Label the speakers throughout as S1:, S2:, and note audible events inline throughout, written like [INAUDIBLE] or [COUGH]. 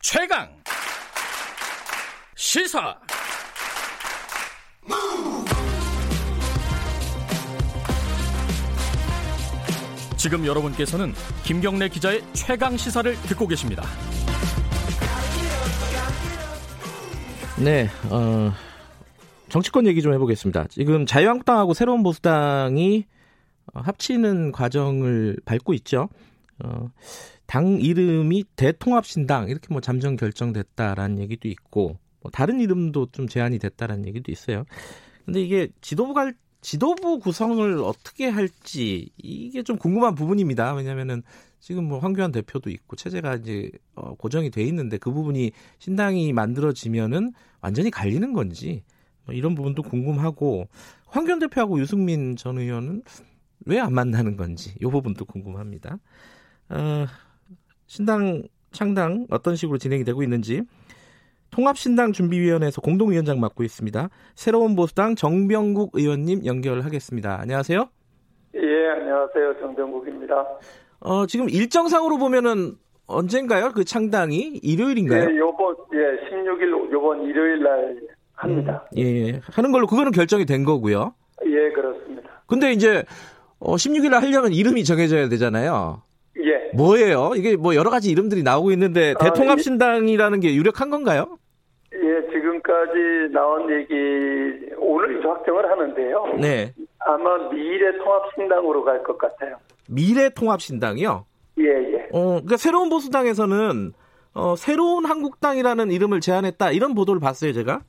S1: 최강 시사 지금 여러분께서는 김경래 기자의 최강 시사를 듣고 계십니다.
S2: 네, 어, 정치권 얘기 좀 해보겠습니다. 지금 자유한국당하고 새로운 보수당이 어, 합치는 과정을 밟고 있죠. 어, 당 이름이 대통합신당 이렇게 뭐 잠정 결정됐다라는 얘기도 있고 뭐 다른 이름도 좀 제안이 됐다라는 얘기도 있어요. 근데 이게 지도부 갈 지도부 구성을 어떻게 할지 이게 좀 궁금한 부분입니다. 왜냐면은 지금 뭐 황교안 대표도 있고 체제가 이제 어, 고정이 돼 있는데 그 부분이 신당이 만들어지면은 완전히 갈리는 건지 뭐 이런 부분도 궁금하고 황교안 대표하고 유승민 전 의원은 왜 안 만나는 건지 이 부분도 궁금합니다. 어, 신당 창당 어떤 식으로 진행이 되고 있는지 통합신당 준비위원회에서 공동위원장 맡고 있습니다. 새로운 보수당 정병국 의원님 연결하겠습니다. 안녕하세요.
S3: 예, 안녕하세요. 정병국입니다.
S2: 어, 지금 일정상으로 보면은 언젠가요? 그 창당이 일요일인가요?
S3: 예, 요번, 예, 16일, 요번 일요일 날 합니다.
S2: 예, 예. 하는 걸로 그거는 결정이 된 거고요.
S3: 예, 그렇습니다.
S2: 근데 이제 어, 16일 날 하려면 이름이 정해져야 되잖아요.
S3: 예.
S2: 뭐예요? 이게 뭐 여러 가지 이름들이 나오고 있는데
S3: 아,
S2: 대통합신당이라는 게 유력한 건가요?
S3: 예, 지금까지 나온 얘기, 오늘 확정을 하는데요.
S2: 네.
S3: 아마 미래 통합신당으로 갈 것 같아요.
S2: 미래통합신당이요.
S3: 예, 예.
S2: 어, 그러니까 새로운 보수당에서는 어, 새로운 한국당이라는 이름을 제안했다 이런 보도를 봤어요 제가.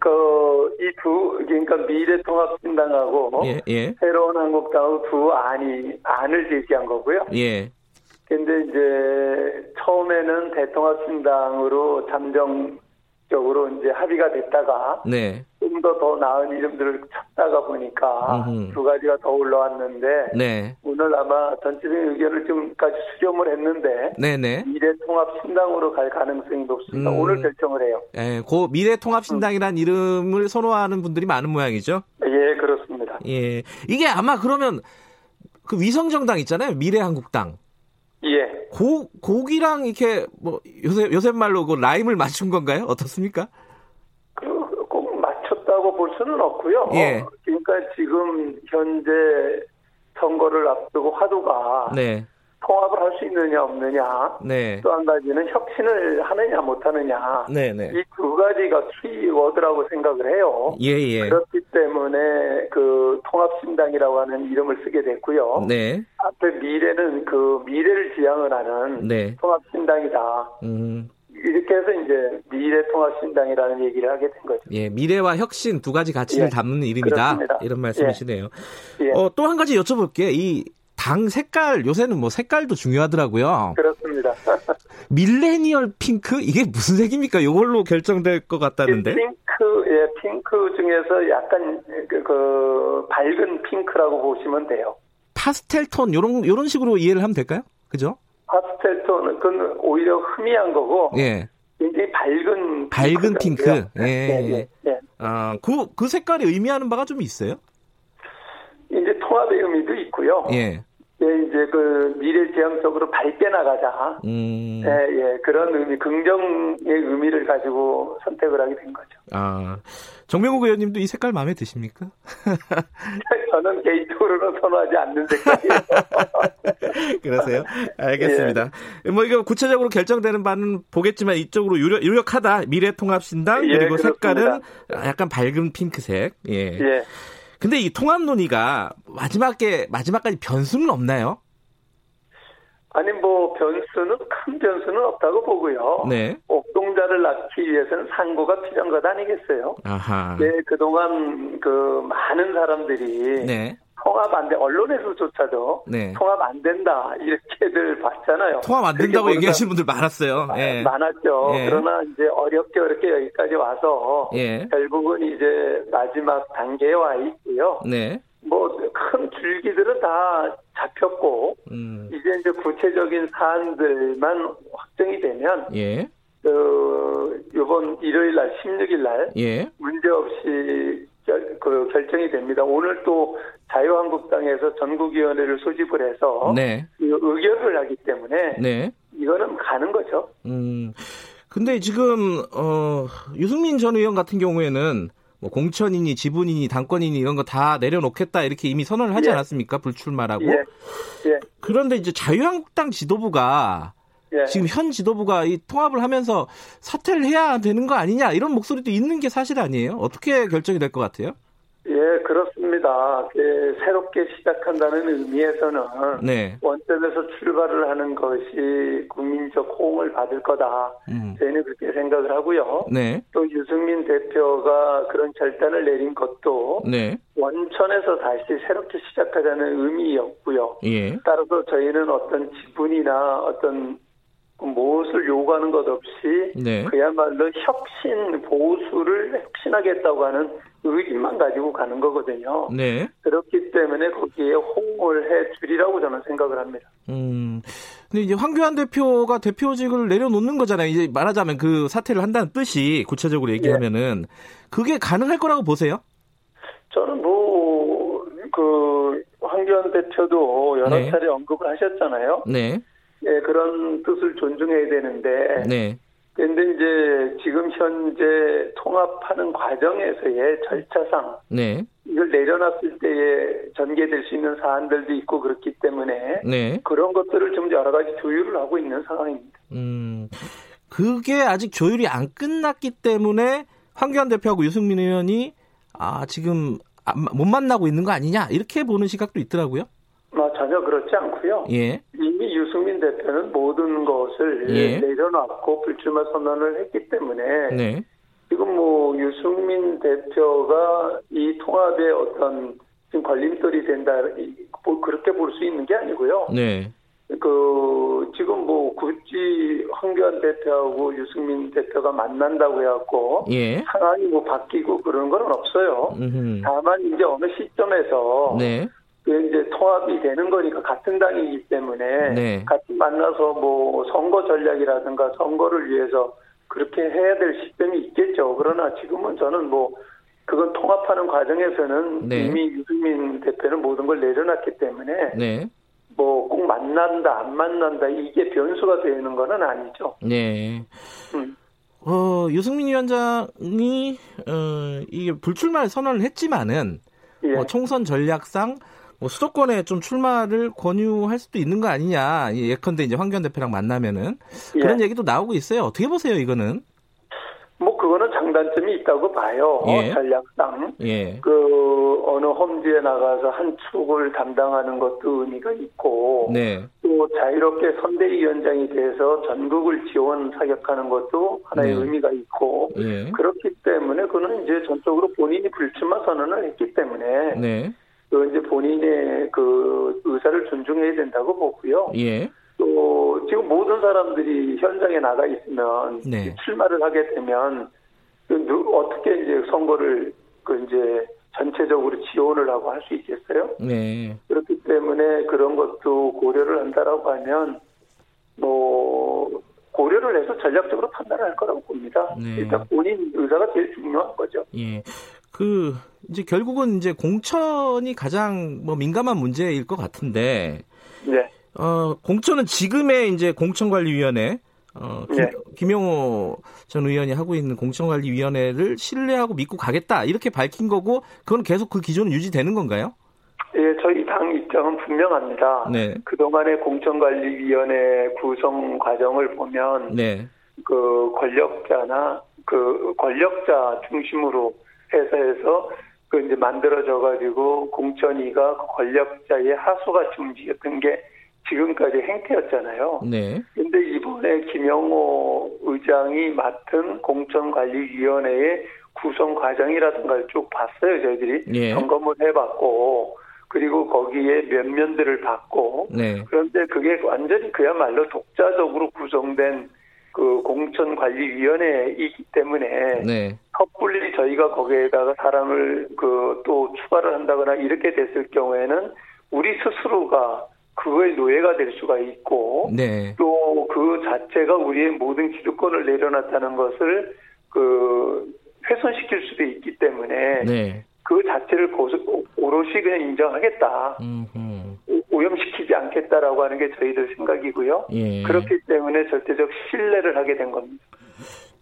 S3: 그, 이 두, 그러니까 미래 통합신당하고
S2: 예, 예,
S3: 새로운 한국당하고 두 안이, 안을 제시한 거고요.
S2: 예,
S3: 근데 이제 처음에는 대통합신당으로 잠정적으로 이제 합의가 됐다가
S2: 네,
S3: 좀 더 더 나은 이름들을 찾다가 보니까
S2: 음흠.
S3: 두 가지가 더 올라왔는데
S2: 네,
S3: 오늘 아마 전체적인 의견을 지금까지 수렴을 했는데
S2: 네, 네.
S3: 미래통합신당으로 갈 가능성이 높습니다.
S2: 음.
S3: 오늘 결정을 해요.
S2: 예, 고 미래통합신당이라는 이름을 선호하는 분들이 많은 모양이죠.
S3: 예, 그렇습니다.
S2: 예, 이게 아마 그러면 그 위성정당 있잖아요 미래한국당.
S3: 예.
S2: 고 고기랑 이렇게 뭐 요새 요새 말로 그 라임을 맞춘 건가요? 어떻습니까?
S3: 그 꼭 맞췄다고 볼 수는 없고요.
S2: 예.
S3: 그러니까 지금 현재 선거를 앞두고 화두가
S2: 네,
S3: 통합을 할 수 있느냐 없느냐
S2: 네,
S3: 또 한 가지는 혁신을 하느냐 못하느냐
S2: 네, 네.
S3: 이 두 가지가 키워드라고 생각을 해요.
S2: 예, 예.
S3: 그렇기 때문에 그 통합신당이라고 하는 이름을 쓰게 됐고요.
S2: 네,
S3: 앞에 미래는 그 미래를 지향을 하는
S2: 네.
S3: 통합신당이다.
S2: 음,
S3: 이렇게 해서 이제 미래 통합신당이라는 얘기를 하게 된 거죠.
S2: 예, 미래와 혁신 두 가지 가치를
S3: 예,
S2: 담는 이름이다.
S3: 그렇습니다.
S2: 이런 말씀이시네요.
S3: 예.
S2: 어, 또 한 가지 여쭤볼게. 이 당 색깔 요새는 뭐 색깔도 중요하더라고요.
S3: 그렇습니다.
S2: 밀레니얼 핑크 이게 무슨 색입니까? 이걸로 결정될 것 같다는데.
S3: 핑크, 예, 핑크 중에서 약간 그, 그 밝은 핑크라고 보시면 돼요.
S2: 파스텔 톤 요런 요런 식으로 이해를 하면 될까요? 그죠?
S3: 파스텔 톤은 그건 오히려 흐미한 거고
S2: 예.
S3: 굉장히 밝은
S2: 밝은
S3: 핑크거든요.
S2: 핑크. 예.
S3: 예, 예, 예.
S2: 아, 그, 그 색깔이 의미하는 바가 좀 있어요?
S3: 이제 통합의 의미도 있고요.
S2: 예.
S3: 예, 이제 그 미래 지향적으로 밝게 나가자.
S2: 음.
S3: 예, 예, 그런 의미, 긍정의 의미를 가지고 선택을 하게 된 거죠. [LAUGHS]
S2: 아. 정명국 의원님도 이 색깔 마음에 드십니까?
S3: 저는 개인적으로는 선호하지 않는 색깔이에요.
S2: [LAUGHS] [LAUGHS] 그러세요? 알겠습니다. 뭐 이거 구체적으로 결정되는 바는 보겠지만 이쪽으로 유력, 하다 미래통합신당
S3: 예,
S2: 그리고 색깔은 아,
S3: 그렇습니다.
S2: 약간 밝은 핑크색. 예.
S3: 예.
S2: 근데 이 통합 논의가 마지막에 마지막까지 변수는 없나요?
S3: 아니, 뭐, 변수는, 큰 변수는 없다고 보고요.
S2: 네.
S3: 옥동자를 낳기 위해서는 상고가 필요한 것 아니겠어요?
S2: 아하.
S3: 예, 그동안 그 많은 사람들이
S2: 네.
S3: 통합 안 돼, 언론에서조차도
S2: 네.
S3: 통합 안 된다, 이렇게들 봤잖아요.
S2: 통합 안
S3: 그렇게
S2: 된다고
S3: 보니까
S2: 얘기하시는 분들 많았어요.
S3: 마-
S2: 예.
S3: 많았죠.
S2: 예.
S3: 그러나 이제 어렵게 어렵게 여기까지 와서
S2: 예.
S3: 결국은 이제 마지막 단계에 와 있고요.
S2: 네.
S3: 뭐 큰 줄기들은 다 잡혔고
S2: 음.
S3: 이제 이제 구체적인 사안들만 확정이 되면
S2: 예.
S3: 그 이번 일요일 날 16일 날
S2: 예.
S3: 문제없이 결, 그 결정이 됩니다. 오늘 또 자유한국당에서 전국위원회를 소집을 해서
S2: 네.
S3: 이 의결을 하기 때문에
S2: 네.
S3: 이거는 가는 거죠.
S2: 음. 근데 지금 어, 유승민 전 의원 같은 경우에는 뭐 공천이니 지분이니 당권이니 이런 거 다 내려놓겠다 이렇게 이미 선언을 하지
S3: 예.
S2: 않았습니까? 불출마라고.
S3: 예, 예,
S2: 그런데 이제 자유한국당 지도부가
S3: 예.
S2: 지금 현 지도부가 이 통합을 하면서 사퇴를 해야 되는 거 아니냐 이런 목소리도 있는 게 사실 아니에요? 어떻게 결정이 될 것 같아요?
S3: 예, 그렇습니다. 예, 새롭게 시작한다는 의미에서는
S2: 네.
S3: 원점에서 출발을 하는 것이 국민적 호응을 받을 거다.
S2: 음.
S3: 저희는 그렇게 생각을 하고요.
S2: 네.
S3: 또 유승민 대표가 그런 결단을 내린 것도
S2: 네.
S3: 원천에서 다시 새롭게 시작하자는 의미였고요.
S2: 예.
S3: 따라서 저희는 어떤 지분이나 어떤 무엇을 요구하는 것 없이
S2: 네.
S3: 그야말로 혁신 보수를 혁신하겠다고 하는 의지만 가지고 가는 거거든요.
S2: 네.
S3: 그렇기 때문에 거기에 호응을 해 주리라고 저는 생각을 합니다.
S2: 음. 근데 이제 황교안 대표가 대표직을 내려놓는 거잖아요. 이제 말하자면 그 사퇴를 한다는 뜻이 구체적으로 얘기하면은 그게 가능할 거라고 보세요?
S3: 저는 뭐, 그, 황교안 대표도 여러
S2: 네.
S3: 차례 언급을 하셨잖아요.
S2: 네.
S3: 예, 그런 뜻을 존중해야 되는데.
S2: 네.
S3: 근데 이제 지금 현재 통합하는 과정에서의 절차상
S2: 네.
S3: 이걸 내려놨을 때에 전개될 수 있는 사안들도 있고 그렇기 때문에
S2: 네.
S3: 그런 것들을 좀 여러 가지 조율을 하고 있는 상황입니다.
S2: 음. 그게 아직 조율이 안 끝났기 때문에 황교안 대표하고 유승민 의원이 아, 지금 안- 못 만나고 있는 거 아니냐? 이렇게 보는 시각도 있더라고요.
S3: 아, 전혀 그렇지 않고요.
S2: 예.
S3: 이미 유승민 대표는 모든 것을
S2: 예.
S3: 내려놨고 불출마 선언을 했기 때문에
S2: 네.
S3: 지금 뭐 유승민 대표가 이 통합의 어떤 지금 걸림돌이 된다 이- 뭐 그렇게 볼 수 있는 게 아니고요.
S2: 네.
S3: 그 지금 뭐 굳이 황교안 대표하고 유승민 대표가 만난다고 해갖고
S2: 예.
S3: 상황이 뭐 바뀌고 그런 건 없어요.
S2: 음흠.
S3: 다만 이제 어느 시점에서
S2: 네.
S3: 그 이제 통합이 되는 거니까 같은 당이기 때문에
S2: 네.
S3: 같이 만나서 뭐 선거 전략이라든가 선거를 위해서 그렇게 해야 될 시점이 있겠죠. 그러나 지금은 저는 뭐 그건 통합하는 과정에서는
S2: 네.
S3: 이미 유승민 대표는 모든 걸 내려놨기 때문에
S2: 네.
S3: 뭐 꼭 만난다 안 만난다 이게 변수가 되는 거는 아니죠.
S2: 네.
S3: 음.
S2: 어, 유승민 위원장이 어, 이게 불출마를 선언을 했지만은
S3: 예.
S2: 뭐 총선 전략상 뭐 수도권에 좀 출마를 권유할 수도 있는 거 아니냐 예, 예컨대 이제 황교안 대표랑 만나면은
S3: 예.
S2: 그런 얘기도 나오고 있어요. 어떻게 보세요 이거는?
S3: 뭐 그거는 장단점이 있다고 봐요.
S2: 예.
S3: 전략상
S2: 예,
S3: 그 어느 험지에 나가서 한 축을 담당하는 것도 의미가 있고
S2: 네,
S3: 또 자유롭게 선대위원장이 돼서 전국을 지원 사격하는 것도 하나의
S2: 네.
S3: 의미가 있고
S2: 예,
S3: 그렇기 때문에 그는 이제 전적으로 본인이 불출마 선언을 했기 때문에
S2: 네,
S3: 그 이제 본인의 그 의사를 존중해야 된다고 보고요.
S2: 예,
S3: 또 지금 모든 사람들이 현장에 나가 있으면
S2: 네.
S3: 출마를 하게 되면 그 누- 어떻게 이제 선거를 그 이제 전체적으로 지원을 하고 할 수 있겠어요?
S2: 네,
S3: 그렇기 때문에 그런 것도 고려를 한다라고 하면 뭐 고려를 해서 전략적으로 판단을 할 거라고 봅니다.
S2: 네.
S3: 일단 본인 의사가 제일 중요한 거죠.
S2: 예. 그 이제 결국은 이제 공천이 가장 뭐 민감한 문제일 것 같은데
S3: 네,
S2: 어, 공천은 지금의 이제 공천관리위원회 어, 김,
S3: 네.
S2: 김용호 전 의원이 하고 있는 공천관리위원회를 신뢰하고 믿고 가겠다 이렇게 밝힌 거고 그건 계속 그 기조는 유지되는 건가요?
S3: 예, 저희 당 입장은 분명합니다.
S2: 네,
S3: 그동안의 공천관리위원회 구성 과정을 보면
S2: 네,
S3: 그 권력자나 그 권력자 중심으로 회사에서 그 이제 만들어져 가지고 공천위가 그 권력자의 하수가 중지했던 게 지금까지 행태였잖아요.
S2: 네,
S3: 근데 이번에 김영호 의장이 맡은 공천관리위원회의 구성 과정이라든가 쭉 봤어요, 저희들이.
S2: 예.
S3: 점검을 해봤고, 그리고 거기에 면면들을 봤고,
S2: 네,
S3: 그런데 그게 완전히 그야말로 독자적으로 구성된 그 공천관리위원회이기 때문에
S2: 네,
S3: 섣불리 저희가 거기에다가 사람을 그 또 추가를 한다거나 이렇게 됐을 경우에는 우리 스스로가 그거의 노예가 될 수가 있고
S2: 네,
S3: 또 그 자체가 우리의 모든 기득권을 내려놨다는 것을 그 훼손시킬 수도 있기 때문에
S2: 네.
S3: 그 자체를 고소- 오롯이 그냥 인정하겠다.
S2: 음,
S3: 오- 오염시키지 않겠다라고 하는 게 저희들 생각이고요.
S2: 예.
S3: 그렇기 때문에 절대적 신뢰를 하게 된 겁니다.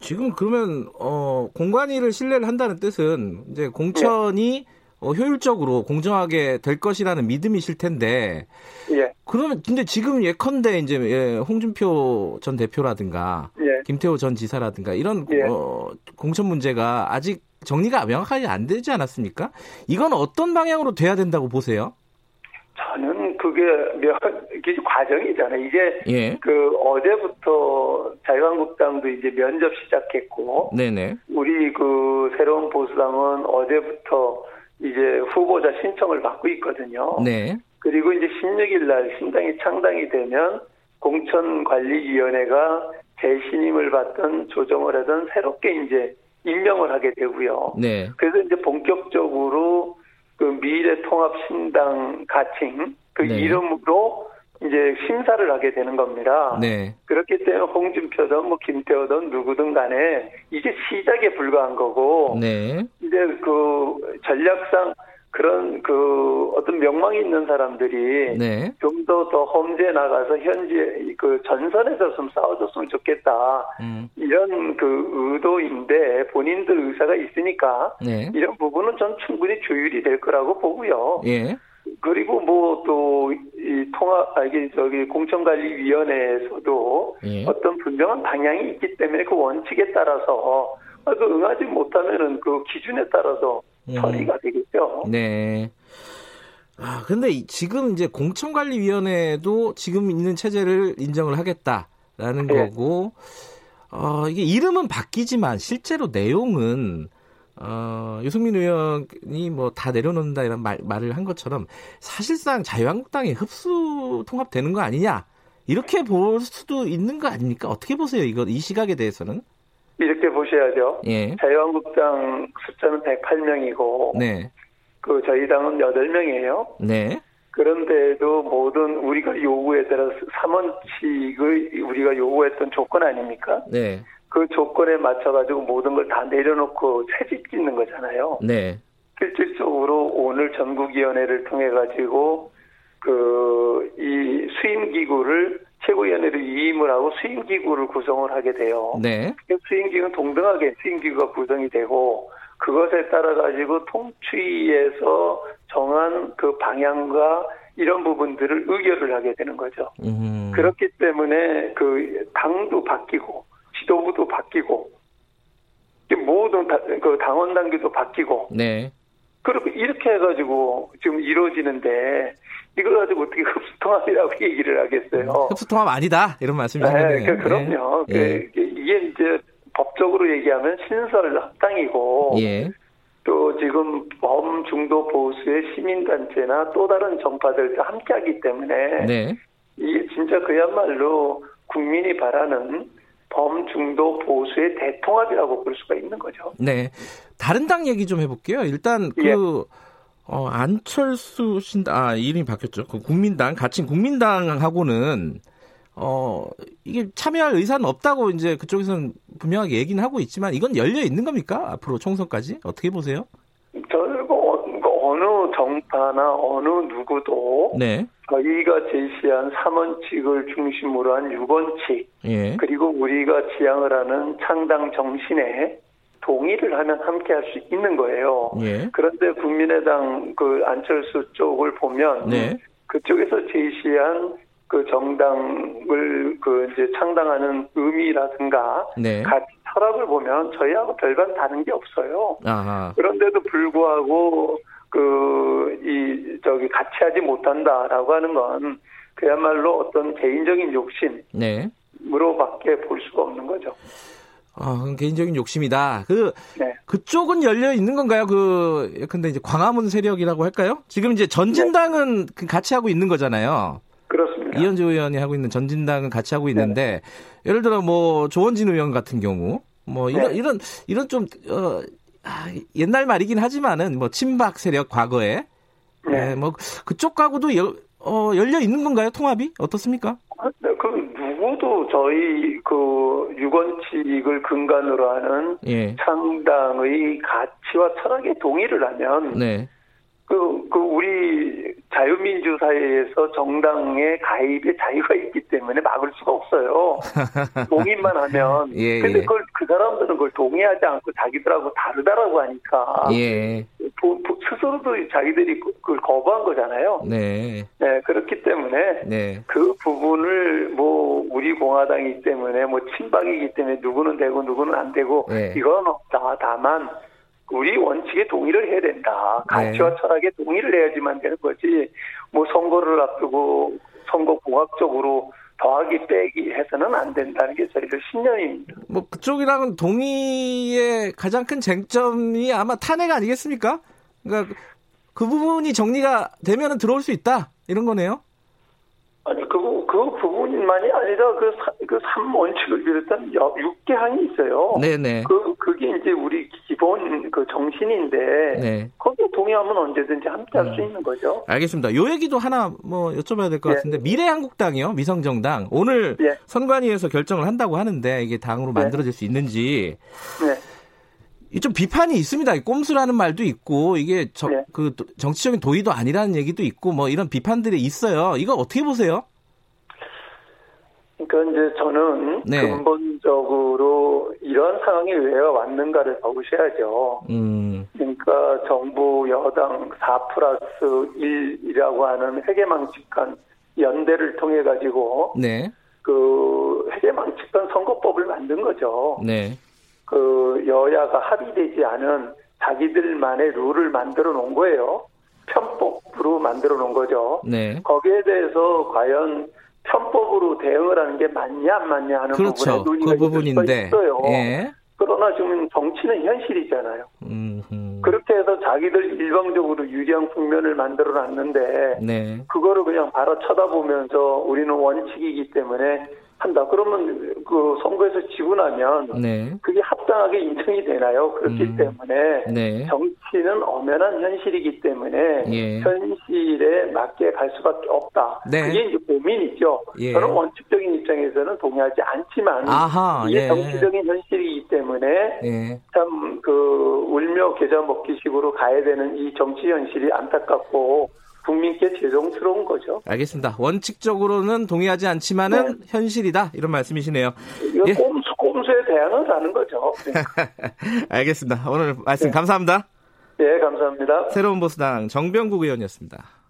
S2: 지금 그러면 어, 공관위를 신뢰를 한다는 뜻은 이제 공천이 어, 효율적으로 공정하게 될 것이라는 믿음이실 텐데
S3: 예,
S2: 그러면 근데 지금 예컨대 이제 예, 홍준표 전 대표라든가
S3: 예,
S2: 김태호 전 지사라든가 이런
S3: 예.
S2: 어, 공천 문제가 아직 정리가 명확하게 안 되지 않았습니까? 이건 어떤 방향으로 돼야 된다고 보세요?
S3: 저는 그게 몇 이게 과정이잖아요. 이게
S2: 예.
S3: 그 어제부터 자유한국당도 이제 면접 시작했고
S2: 네네.
S3: 우리 그 새로운 보수당은 어제부터 이제 후보자 신청을 받고 있거든요.
S2: 네.
S3: 그리고 이제 16일 날 신당이 창당이 되면 공천관리위원회가 재신임을 받던 조정을 하던 새롭게 이제 임명을 하게 되고요.
S2: 네.
S3: 그래서 이제 본격적으로 그 미래통합신당 가칭 그
S2: 네.
S3: 이름으로 이제 심사를 하게 되는 겁니다.
S2: 네.
S3: 그렇기 때문에 홍준표든 뭐 김태호든 누구든 간에 이제 시작에 불과한 거고
S2: 네.
S3: 이제 그 전략상 그런 그 어떤 명망이 있는 사람들이
S2: 네.
S3: 좀 더 더 험지에 나가서 현지 그 전선에서 좀 싸워줬으면 좋겠다
S2: 음.
S3: 이런 그 의도인데 본인들 의사가 있으니까
S2: 네.
S3: 이런 부분은 전 충분히 조율이 될 거라고 보고요.
S2: 예.
S3: 그리고 뭐 또 이 통합 아 이게 저기 공천관리위원회에서도
S2: 예.
S3: 어떤 분명한 방향이 있기 때문에 그 원칙에 따라서 아, 그 응하지 못하면은 그 기준에 따라서
S2: 음.
S3: 처리가 되겠죠.
S2: 네. 아, 근데 이- 지금 이제 공천관리위원회도 지금 있는 체제를 인정을 하겠다라는
S3: 예.
S2: 거고, 어, 이게 이름은 바뀌지만 실제로 내용은, 어, 유승민 의원이 뭐 다 내려놓는다 이런 말, 말을 한 것처럼 사실상 자유한국당에 흡수 통합되는 거 아니냐. 이렇게 볼 수도 있는 거 아닙니까? 어떻게 보세요, 이거, 이 시각에 대해서는?
S3: 이렇게 보셔야죠.
S2: 예.
S3: 자유한국당 숫자는 108명이고
S2: 네.
S3: 그 저희 당은 8명이에요.
S2: 네.
S3: 그런데도 모든 우리가 요구에 따라 서 3원칙의 우리가 요구했던 조건 아닙니까?
S2: 네.
S3: 그 조건에 맞춰가지고 모든 걸 다 내려놓고 채집 짓는 거잖아요.
S2: 네.
S3: 실질적으로 오늘 전국위원회를 통해 가지고 그 이 수임기구를 최고위원회로 위임을 하고 수임기구를 구성을 하게 돼요.
S2: 네.
S3: 수임기구는 동등하게 수임기구가 구성이 되고 그것에 따라 가지고 통추위에서 정한 그 방향과 이런 부분들을 의결을 하게 되는 거죠.
S2: 음.
S3: 그렇기 때문에 그 당도 바뀌고 지도부도 바뀌고 모든 다- 그 당원 단계도 바뀌고
S2: 네.
S3: 그렇게 이렇게 해가지고 지금 이루어지는데 이걸 가지고 어떻게 흡수통합이라고 [LAUGHS] 얘기를 네, 하겠어요?
S2: 음, 흡수통합 아니다 이런 말씀이신
S3: 네,
S2: 거네요.
S3: 그, 그럼요.
S2: 예. 예.
S3: 그, 이게 이제 법적으로 얘기하면 신설 합당이고
S2: 예.
S3: 또 지금 범중도 보수의 시민단체나 또 다른 정파들과 함께하기 때문에
S2: 네.
S3: 이게 진짜 그야말로 국민이 바라는 범중도 보수의 대통합이라고 볼 수가 있는 거죠.
S2: 네. 다른 당 얘기 좀 해볼게요. 일단 그
S3: 예.
S2: 어, 안철수 신당 아 이름이 바뀌었죠. 그 국민당 같은 국민당하고는 어 이게 참여할 의사는 없다고 이제 그쪽에서는 분명하게 얘기는 하고 있지만 이건 열려 있는 겁니까? 앞으로 총선까지 어떻게 보세요?
S3: 결국 뭐, 어느 정파나 어느 누구도
S2: 네.
S3: 저희가 제시한 3원칙을 중심으로 한 6원칙,
S2: 예.
S3: 그리고 우리가 지향을 하는 창당 정신에 동의를 하면 함께 할 수 있는 거예요.
S2: 예.
S3: 그런데 국민의당 그 안철수 쪽을 보면
S2: 네.
S3: 그쪽에서 제시한 그 정당을 그 이제 창당하는 의미라든가
S2: 네.
S3: 가치 철학을 보면 저희하고 별반 다른 게 없어요.
S2: 아하.
S3: 그런데도 불구하고 그 이 저기 같이 하지 못한다라고 하는 건 그야말로 어떤 개인적인
S2: 네.
S3: 욕심으로밖에 볼 수가 없는 거죠.
S2: 아, 그건 개인적인 욕심이다. 그
S3: 네.
S2: 그쪽은 열려 있는 건가요? 그 예컨대 이제 광화문 세력이라고 할까요? 지금 이제 전진당은 그 같이 하고 있는 거잖아요.
S3: 그렇습니다.
S2: 이현주 의원이 하고 있는 전진당은 같이 하고 있는데 예를 들어 뭐 조원진 의원 같은 경우 뭐 이런
S3: 네.
S2: 이런 이런 좀 어, 아, 옛날 말이긴 하지만은 뭐 친박 세력 과거에
S3: 네.
S2: 예, 뭐 그쪽하고도 열, 어, 열려 있는 건가요? 통합이 어떻습니까?
S3: 그 누구도 저희 그 유권칙을 근간으로 하는
S2: 예,
S3: 창당의 가치와 철학에 동의를 하면
S2: 네,
S3: 그, 그 우리 자유민주사회에서 정당의 가입의 자유가 있기 때문에 막을 수가
S2: [LAUGHS]
S3: 없어요. 동의만 하면.
S2: 예,
S3: 근데
S2: 예.
S3: 그걸 그 사람들은 그걸 동의하지 않고 자기들하고 다르다라고 하니까
S2: 예.
S3: 부- 부- 스스로도 자기들이 그- 그걸 거부한 거잖아요.
S2: 네.
S3: 네, 그렇기 때문에
S2: 네.
S3: 그 부분을 뭐 우리 공화당이기 때문에 뭐 친박이기 때문에 누구는 되고 누구는 안 되고
S2: 네.
S3: 이건 없다. 다만 우리 원칙에 동의를 해야 된다. 가치와
S2: 네.
S3: 철학에 동의를 해야지만 되는 거지. 뭐 선거를 앞두고 선거 공학적으로 더하기 빼기 해서는 안 된다는 게 저희들 신념입니다.
S2: 뭐 그쪽이랑은 동의의 가장 큰 쟁점이 아마 탄핵 아니겠습니까? 그러니까 그 부분이 정리가 되면은 들어올 수 있다 이런 거네요.
S3: 아니 그거 그 부분만이 아니라 그그삼 원칙을 비롯한 6개 항이 있어요.
S2: 네네.
S3: 그 그게 이제 우리 기본 그 정신인데
S2: 네.
S3: 거기에 동의하면 언제든지 함께 할 수 있는 거죠.
S2: 알겠습니다. 요 얘기도 하나 뭐 여쭤봐야 될 것
S3: 예.
S2: 같은데 미래한국당이요 미성정당 오늘
S3: 예.
S2: 선관위에서 결정을 한다고 하는데 이게 당으로
S3: 네.
S2: 만들어질 수 있는지
S3: 네.
S2: 이좀 비판이 있습니다. 이 꼼수라는 말도 있고 이게 저-
S3: 네.
S2: 그 도- 정치적인 도의도 아니라는 얘기도 있고 뭐 이런 비판들이 있어요. 이거 어떻게 보세요?
S3: 그러니까 이제 저는
S2: 네.
S3: 근본적으로 이런 상황이 왜 왔는가를 보셔야죠.
S2: 음,
S3: 그러니까 정부 여당 4 플러스 1이라고 하는 회계망측한 연대를 통해 가지고
S2: 네,
S3: 그 회계망측한 선거법을 만든 거죠.
S2: 네,
S3: 그 여야가 합의되지 않은 자기들만의 룰을 만들어 놓은 거예요. 편법으로 만들어 놓은 거죠.
S2: 네.
S3: 거기에 대해서 과연 편법으로 대응을 하는 게 맞냐 안 맞냐 하는
S2: 그렇죠.
S3: 부분에 논의가
S2: 그 부분인데,
S3: 있을 수가 있어요.
S2: 예,
S3: 그러나 지금 정치는 현실이잖아요.
S2: 음, 음.
S3: 그렇게 해서 자기들 일방적으로 유리한 국면을 만들어 놨는데
S2: 네.
S3: 그거를 그냥 바로 쳐다보면서 우리는 원칙이기 때문에 한다. 그러면 그 선거에서 지고 나면
S2: 네,
S3: 그게 합당하게 인정이 되나요? 그렇기
S2: 음.
S3: 때문에
S2: 네.
S3: 정치는 엄연한 현실이기 때문에
S2: 예.
S3: 현실에 맞게 갈 수밖에 없다.
S2: 네.
S3: 그게 이제 고민이죠.
S2: 예.
S3: 저는 원칙적인 입장에서는 동의하지 않지만
S2: 아하,
S3: 이게
S2: 예.
S3: 정치적인 현실이기 때문에
S2: 예.
S3: 참 그 울며 계좌 먹기식으로 가야 되는 이 정치 현실이 안타깝고 국민께 죄송스러운 거죠.
S2: 알겠습니다. 원칙적으로는 동의하지 않지만은
S3: 네.
S2: 현실이다 이런 말씀이시네요. [LAUGHS]
S3: 이거
S2: 예.
S3: 꼼수 꼼수에 대항을 하는
S2: [LAUGHS]
S3: 거죠. 네.
S2: 알겠습니다. 오늘 말씀 감사합니다.
S3: 예, 감사합니다.
S2: 새로운 보수당 정병국 의원이었습니다.